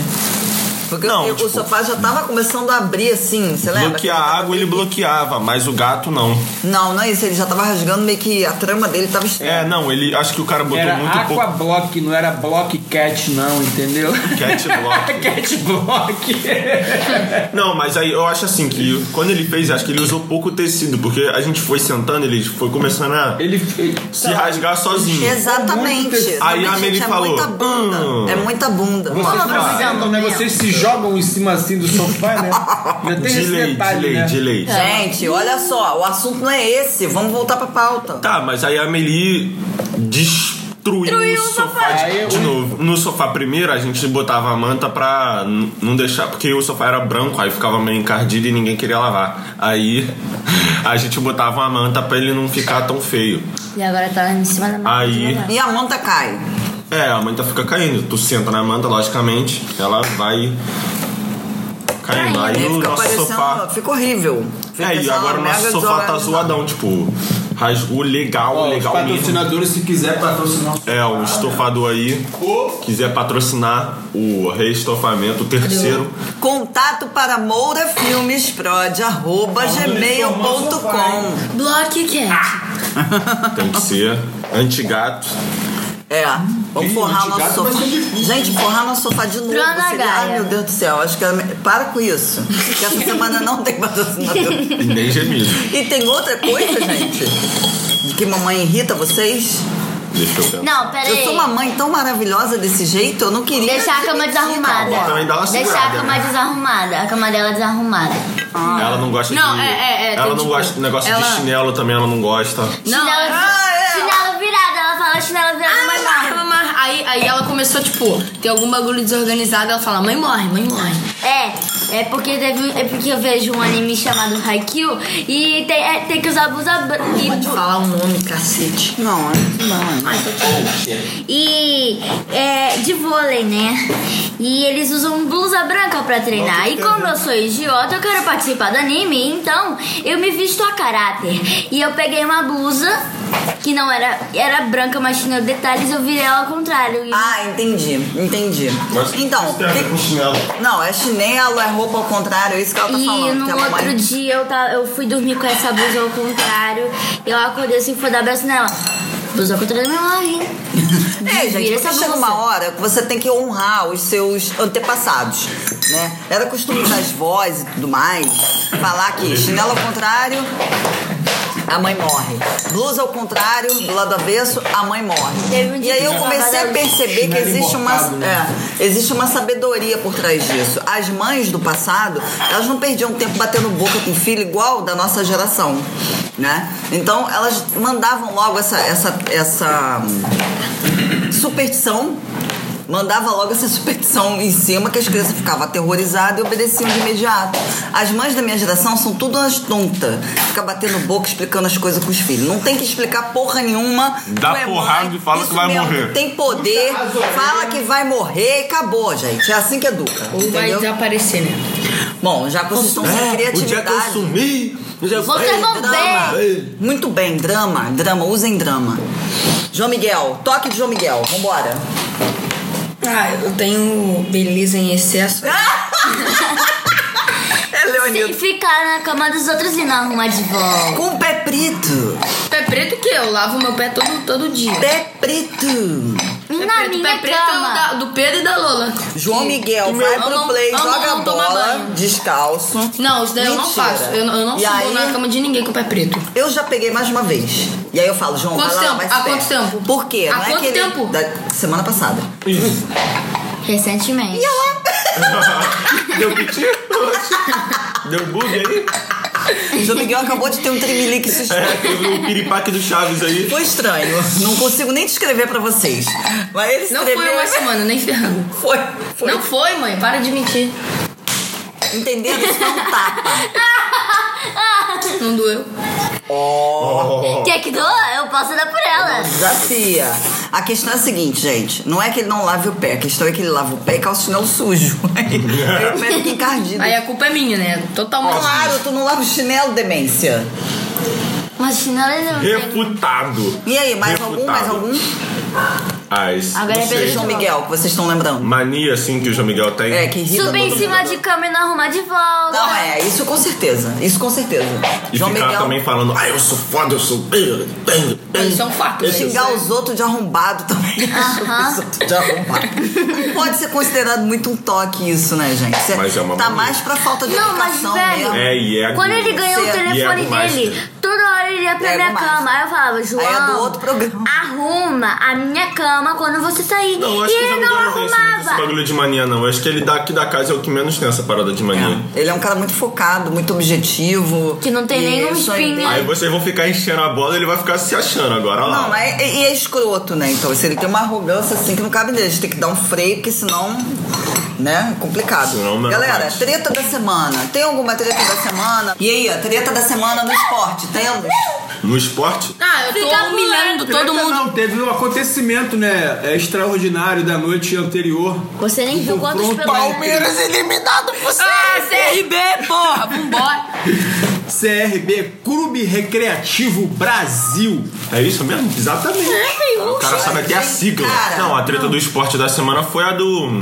Porque
Não,
o, o
tipo-
sofá já tava começando a abrir assim, você lembra?
Bloquear a água, ele bloqueava, mas o gato não.
Não, não é isso, ele já tava rasgando meio que a trama dele tava estranha.
É, não, ele. Acho que o cara botou
Era
muito pouco
aquablock, não era block cat não, entendeu? (laughs)
catblock.
cat block.
Não, mas aí eu acho assim que quando ele fez, acho que ele usou pouco tecido, porque a gente foi sentando, ele foi começando a
Ele
se rasgar sozinho.
Exatamente.
Muito tecido.
Aí a
Exatamente,
Amelie
é
falou,
Muita bunda.
"Hum."
É muita bunda.
Vocês,
Mano,
não sentam, né? Vocês se jogam em cima assim do sofá,
(laughs)
né? Ainda tem esse
Delay,
detalhe,
delay,
né?
delay.
Gente, olha só, o assunto não é esse. Vamos voltar pra pauta.
Tá, mas aí a Amelie destruiu
Destruiu
o
o
sofá
sofá.
de,
Aí
de
eu-
novo. No sofá primeiro, a gente botava a manta pra n- não deixar... Porque o sofá era branco, aí ficava meio encardido e ninguém queria lavar. Aí (laughs) a gente botava a manta pra ele não ficar tão feio.
E agora tá em cima da máquina.
Aí-
né?
E a manta cai.
É, a manta fica caindo. Tu senta na manta, logicamente, ela vai caindo.
Aí
Aí o
fica
nosso
parecendo.
sofá.
Fica horrível. Fica
É, e
essa
agora o nosso
mega
sofá tá
jogada.
zoadão, tipo, rasgou legal,
Ó, os
legal mesmo.
patrocinadores, se quiser patrocinar o
É, um estofador aí. Quiser patrocinar o reestofamento, o terceiro.
Contato para mourafilmesprod.gmail.com.
Block cat.
Ah.
Tem que ser antigato.
É. Vamos
Ih,
forrar o nosso
gato vai
sofá.
ser difícil.
Gente, forrar nosso sofá de novo.
Prana
seria- Ai,
Gaia.
meu Deus do céu. Acho que era... me- Para com isso. Que essa semana não tem patrocinador.
E nem gemido.
E tem outra coisa, gente, que mamãe irrita vocês?
Deixa eu pensar.
Não, pera aí.
Eu sou uma mãe tão maravilhosa desse jeito, eu não queria.
Deixar a
ser
cama
irritada.
desarrumada.
Também dá uma
Deixar a
segurada,
cama
né?
desarrumada. A cama dela desarrumada.
Ela não gosta
Não,
de.
é, é, é,
ela
tem,
não
tipo,
gosta do negócio de
ela-
chinelo também, ela não gosta.
Não,
chinela,
ah, é.
chinela virada. Ela fala chinela virada, mas
Ah,
marca.
mas- mas- Aí, aí ela começou, tipo, tem algum bagulho desorganizado, ela fala, mãe morre, mãe morre.
É, é porque, teve, é porque eu vejo um anime chamado Haikyuu e tem, é, tem que usar blusa branca.
Pode falar
um
o nome, cacete.
é
Não, não.
E é de vôlei, né? E eles usam blusa branca pra treinar. E como eu sou idiota, eu quero participar do anime, então eu me visto a caráter. E eu peguei uma blusa que não era era branca, mas tinha detalhes, eu virei ela ao contrário. E-
Ah, entendi, entendi. então,
Isso tem a ver
que-
com chinelo.
não, é chinelo, é roupa ao contrário, é isso que ela tá
E
falando.
no
que a
outro
mamãe-
dia eu, ta- eu fui dormir com essa blusa ao contrário. Eu acordei assim, fui dar abraço nela. Blusa ao contrário, não morre.
É, gente,
Vira
porque
essa
chega
blusa.
uma hora que você tem que honrar os seus antepassados, né? Era costume das vozes e tudo mais, falar que chinelo ao contrário, a mãe morre. Blusa ao contrário, do lado avesso, a mãe
Teve um
morre.
dia
E aí
que
eu
eu
comecei a
trabalhava-
perceber que existe uma, é, existe uma sabedoria por trás disso. As mães do passado, elas não perdiam tempo batendo boca com filho igual da nossa geração, né? Então, elas mandavam logo essa... essa, essa superstição. Mandava logo essa superstição em cima que as crianças ficavam aterrorizadas e obedeciam de imediato. As mães da minha geração são tudo umas tontas. Fica batendo boca, explicando as coisas com os filhos. Não tem que explicar porra nenhuma.
Dá
Tu é
porrada
mãe,
e fala
isso
que vai
mesmo,
morrer.
Tem poder, fala que vai morrer e acabou, gente. É assim que educa.
Ou vai
entendeu?
desaparecer, né?
Bom, já que vocês estão sem
É, o dia que eu
criatividade.
sumi, o dia que
Vocês
Ei,
vão
Drama.
ver. Ei.
Muito bem, drama, drama, usem drama. João Miguel, toque de João Miguel, vambora.
Ah, eu tenho beleza em excesso. (laughs)
É
E ficar na cama dos outros e não arrumar de volta.
Com o pé preto.
Pé preto que eu lavo meu pé todo, todo dia.
Pé É preto.
Na
Pé preto,
minha
pé
um
preto é o
cama.
da- do Pedro e da Lola.
João
Que-
Miguel,
que
vai
meu-
pro
amam-
play,
amam
joga a
tomar
bola,
banho.
descalço.
Não, isso daí eu não
Mentira.
faço. Eu, não- eu não
E
subo
aí-
na cama de ninguém com o pé preto.
Eu já peguei mais de uma vez. E aí eu falo, João,
Quanto
vai lá,
tempo?
vai
Há
ser.
quanto tempo?
Por quê?
Há
Não é
quanto
aquele-
tempo?
Da semana passada.
Recentemente.
Deu piti? Deu bug aí?
João Miguel acabou de ter um tremelique isso
É, teve o piripaque do Chaves aí.
Foi estranho. Não consigo nem descrever pra vocês. Mas ele
Não
escreveu...
foi uma semana, nem ferrando.
Foi, foi.
Não foi, mãe. Para de mentir.
Entenderam? Isso foi um tapa.
Não doeu.
Quer que doa? Eu posso dar por ela.
Desafia. A questão é a seguinte, gente. Não é que ele não lave o pé. A questão é que ele lava o pé e calça o chinelo sujo. (laughs) Aí
É.
aí o pé fica encardido.
Aí a culpa é minha, né?
um
Totalmente.
Claro, tu não lava o chinelo, demência.
Mas chinelo não tem.
Refutado.
E aí, mais algum? Mais
Refutado.
algum?
As
Agora é
Pedro
Pedro
João Miguel, que vocês estão lembrando.
mania assim que o João Miguel tem.
É, que irrita
Subir em
todo
cima
mundo.
de cama e não arrumar de volta.
Não, é, isso com certeza. Isso com certeza.
E
João
ficar
Miguel
também falando, ah, eu sou foda, eu sou.
Isso é um fato. né?
xingar os outros de arrombado também. (laughs) Os outros de arrombado. Não pode ser considerado muito um toque isso, né, gente? Cê-
Mas é uma
tá
mania.
mais pra falta de
Não, mas
educação
velho,
mesmo.
É, e é.
Quando ele ganhou
Certo.
o telefone
E é mais,
dele,
né?
toda hora ele ia pra
É
minha
mais.
cama. Aí eu falava, João,
Aí é do outro programa.
arruma a minha cama quando você sair.
Não, eu acho
e
que o João
ele não
Miguel não tem esse, esse
arrumava.
bagulho de mania, não. Eu acho que ele daqui da casa é o que menos tem essa parada de mania.
Ele é um cara muito focado, muito objetivo.
Que não tem
E
nenhum né?
isso aí
espinho.
dele-
Aí vocês vão ficar enchendo a bola e ele vai ficar se achando agora olha lá.
Não, mas e, e é escroto, né? Então, se ele tem uma arrogância assim que não cabe nele, a gente tem que dar um freio, porque senão. Né? é Complicado.
Senão não é
Galera,
mais.
treta da semana. Tem alguma treta da semana? E aí, a treta da semana no esporte, temos?
No esporte,
Ah, eu tô
Fica
humilhando todo
Treta
mundo.
Não, teve um acontecimento, né? é, Extraordinário da noite anterior.
Você nem viu quantos
tá
Confronto
pegou.
eliminado por
Ah, CRB, porra, vambora.
CRB, Clube Recreativo Brasil.
é isso mesmo? Exatamente. o cara sabe até a sigla.
Cara,
não, a treta do esporte da semana foi a do.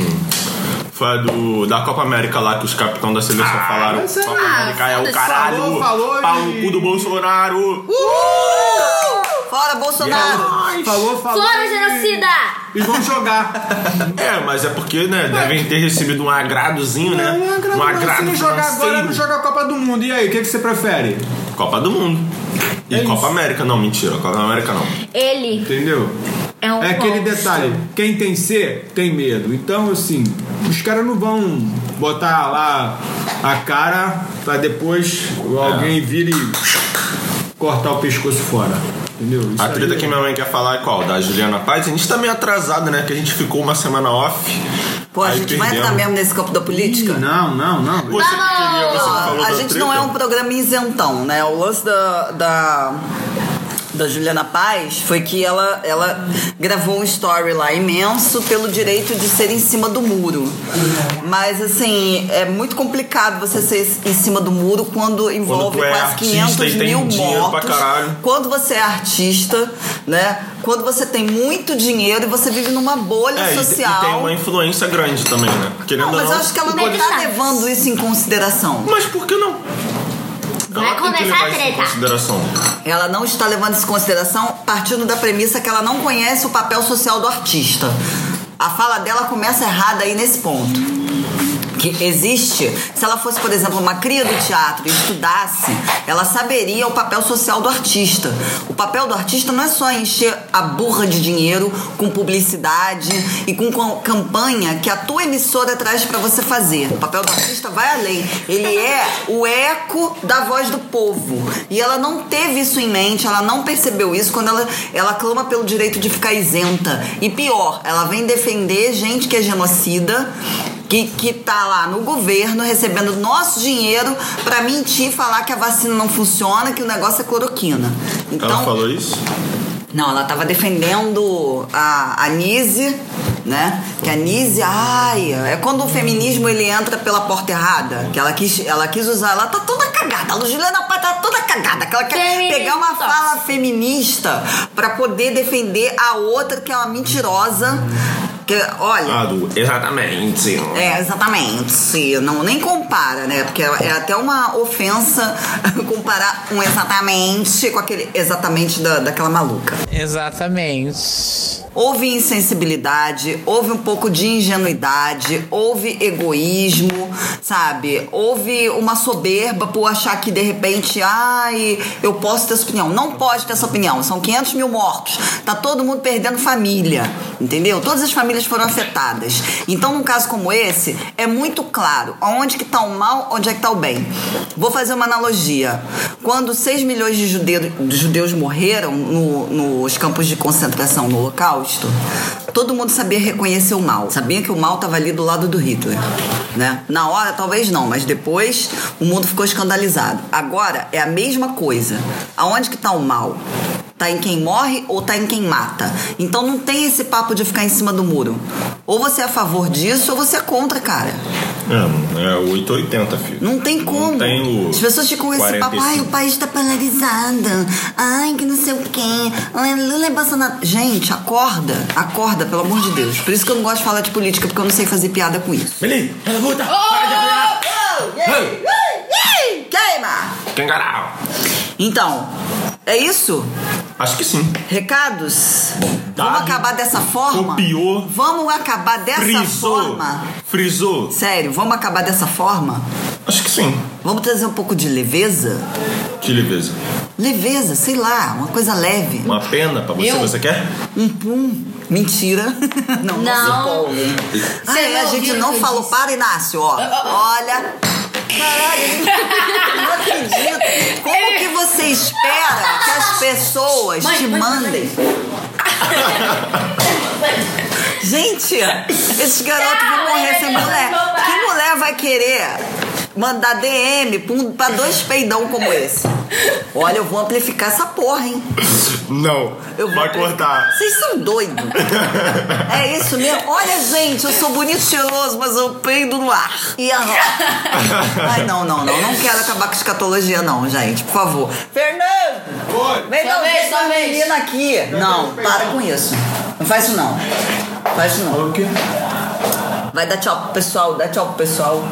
Foi a do. Da Copa América lá que os capitão da seleção falaram.
mas é-
Copa América é o
foda-se,
caralho.
falou, falou
pau no
e-
cu do Bolsonaro.
Fora Bolsonaro!
Falou, falou.
Fora,
e-
genocida!
E vão (laughs) jogar.
É, mas é porque, né, devem ter recebido um agradozinho, né?
Não,
Um agrado
se não É, jogar agora,
financeiro.
é não joga a Copa do Mundo. E aí, o que, que você prefere?
Copa do Mundo. E E Copa América, não, mentira, Copa América não.
Ele
Entendeu?
é um
É aquele
monstro.
detalhe, quem tem C tem medo. Então, assim, os caras não vão botar lá a cara pra depois
É.
alguém vir e cortar o pescoço fora. Entendeu? Isso
A treta
aí-
que minha mãe quer falar é qual? Da Juliana Paz. A gente tá meio atrasado, né? Que a gente ficou uma semana off.
Pô, a
Aí
gente vai
perdemos.
entrar mesmo nesse campo da política?
Não, não, não.
Você que queria, você que falou
a
da
gente
treta.
não é um programa isentão, né? O lance da. da... Da Juliana Paz foi que ela, ela gravou um story lá imenso pelo direito de ser em cima do muro. Mas, assim, é muito complicado você ser em cima do muro quando envolve
tu é
quase
artista
500
e tem
mil
dinheiro pra
mortos.
caralho.
Quando você é artista, né? Quando você tem muito dinheiro e você vive numa bolha
É, e-
social.
E, tem uma influência grande também, né? Querendo
Não,
ou
mas eu
não.
acho que ela não
Pode
tá
dar.
levando isso em consideração.
Mas por que não?
Vai
Ela tem que levar
começar a
isso em
treta.
consideração.
Ela não está levando isso em consideração partindo da premissa que ela não conhece o papel social do artista. A fala dela começa errada aí nesse ponto. Que existe. Se ela fosse, por exemplo, uma cria do teatro e estudasse, ela saberia o papel social do artista. O papel do artista não é só encher a burra de dinheiro com publicidade e com com- campanha que a tua emissora traz pra você fazer. O papel do artista vai além. Ele é o eco da voz do povo. E ela não teve isso em mente, ela não percebeu isso quando ela, ela clama pelo direito de ficar isenta. E pior, ela vem defender gente que é genocida. Que, que tá lá no governo recebendo nosso dinheiro pra mentir e falar que a vacina não funciona, que o negócio é cloroquina. Então,
Ela falou isso?
não, ela tava defendendo a Anise, né? Que a Anise, ai, é quando o feminismo ele entra pela porta errada. Que ela quis, ela quis usar, ela tá toda cagada. A Juliana Paz tá toda cagada. Que ela quer
Feminista.
pegar uma fala feminista pra poder defender a outra que é uma mentirosa. Que, olha.
Ah, do exatamente.
É, exatamente. Não, nem compara, né? Porque é até uma ofensa (laughs) comparar um exatamente com aquele exatamente da, daquela maluca.
Exatamente.
Houve insensibilidade, houve um pouco de ingenuidade, houve egoísmo, sabe? Houve uma soberba por achar que de repente, ai, eu posso ter essa opinião. Não pode ter essa opinião. São 500 mil mortos. Tá todo mundo perdendo família, entendeu? Todas as famílias foram afetadas. Então, num caso como esse, é muito claro onde que tá o mal, onde é que tá o bem. Vou fazer uma analogia. Quando 6 milhões de judeus, de judeus morreram no- nos campos de concentração no Holocausto, todo mundo sabia reconhecer o mal. Sabia que o mal estava ali do lado do Hitler. Né? Na hora, talvez não, mas depois o mundo ficou escandalizado. Agora é a mesma coisa. Aonde que está o mal? Tá em quem morre ou tá em quem mata. Então não tem esse papo de ficar em cima do muro. Ou você é a favor disso ou você é contra, cara.
É, é 880, filho.
Não tem como.
tem o
As pessoas ficam com esse papo,
45.
ai, o país tá polarizado. Ai, que não sei o quê. Ai, Lula é Bolsonaro. Gente, acorda. Acorda, pelo amor de Deus. Por isso que eu não gosto de falar de política, porque eu não sei fazer piada com isso.
Felipe, pela puta! Para de apanhar! Ei!
Queima!
Tem garau.
Então, é isso?
Acho que sim.
Recados? Vamos
dado.
acabar dessa forma?
Copiou.
Vamos acabar dessa
Frisou.
forma?
Frisou.
Sério, vamos acabar dessa forma?
Acho que sim.
Vamos trazer um pouco de leveza?
Que leveza.
Leveza, sei lá, uma coisa leve.
Uma pena pra você,
Eu?
você quer?
Um pum. Mentira. (laughs) Não,
Não.
se Ah,
Você
é, a
não
gente
ouviu o
não
que eu
falou.
disse? Ah,
Para, Inácio, ó. Olha. Caralho, não acredito. Como que você espera que as pessoas
Mãe,
te
mãe,
mandem? Gente, esses garotos vão morrer sem mulher. Que mulher vai querer mandar DM pra um- pra dois peidão como esse? Olha, eu vou amplificar essa porra, hein?
Não.
Eu vou-
Vai cortar.
Vocês são doidos. É isso mesmo? Olha, gente, eu sou bonito e cheiroso, mas eu peido no ar. E a Ai, não, não, não. Não quero acabar com escatologia, não, gente. Por favor. Fernando! Vem
Sua
dar um
vez,
beijo
sua
na
vez.
menina aqui. Não, para com isso. Não faz isso, não. Faz isso, não.
O quê?
Vai dar tchau pro pessoal, dá tchau pro pessoal.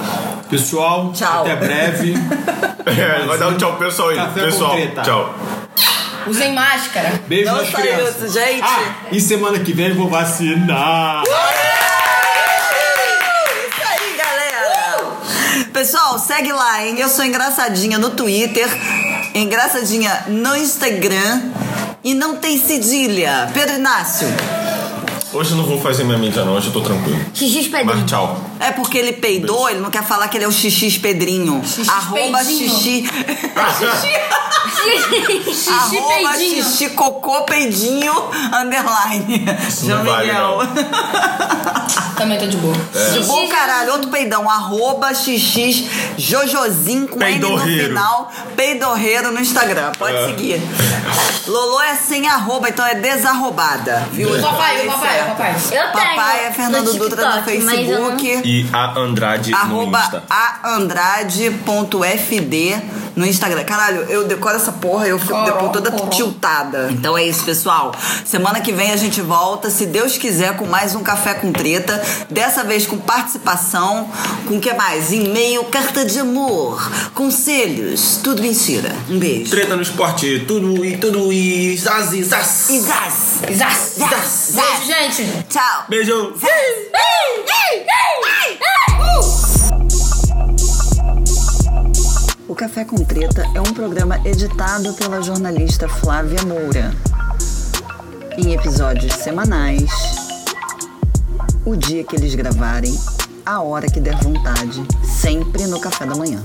Pessoal,
Tchau.
até breve.
(laughs) É, vai dar um tchau pro pessoal aí.
Café com
pessoal,
treta.
tchau.
Usem máscara.
Beijo
Não
nas
só
crianças.
isso, gente.
Ah, e semana que vem eu vou vacinar.
Isso aí, galera! Pessoal, segue lá, hein? Eu sou engraçadinha no Twitter. Engraçadinha no Instagram e não tem cedilha. Pedro Inácio,
Hoje eu não vou fazer minha mídia, não. Hoje eu tô tranquilo.
Xixi
Mas
Pedrinho.
tchau.
é porque ele peidou, ele não quer falar que ele é o xixi Pedrinho.
Xixis
Arroba
peidinho.
xixi. Tá
(laughs)
Xixi
Arroba
peidinho.
xixi cocô peidinho underline.
Isso
João
não vale,
Miguel.
Também tá de boa.
De bom caralho, outro peidão, arroba xx jojozinho com N no
Peidorreiro.
final, peidorreiro no Instagram, pode
É.
seguir. Lolo é sem arroba, então é desarrobada, viu? é.
O papai, o papai, o papai.
Eu tenho.
Papai é Fernando
no
Dutra no
TikTok, mas eu não-
Facebook,
E a Andrade no
arroba
Insta.
aandrade.fd no Instagram. Caralho, eu decoro essa porra, eu fico
Coró,
depois toda
coró.
tiltada. Então é isso, pessoal. Semana que vem a gente volta, se Deus quiser, com mais um Café com Treta. Dessa vez com participação, com o que mais? E-mail, carta de amor, conselhos, tudo mentira. Um beijo.
Treta no esporte, tudo e tudo e zaz e zaz.
E zaz,
Zaz.
zaz,
Beijo,
zaz.
gente.
Tchau.
Beijo.
O Café com Treta é um programa editado pela jornalista Flávia Moura. Em episódios semanais, o dia que eles gravarem, a hora que der vontade, sempre no café da manhã.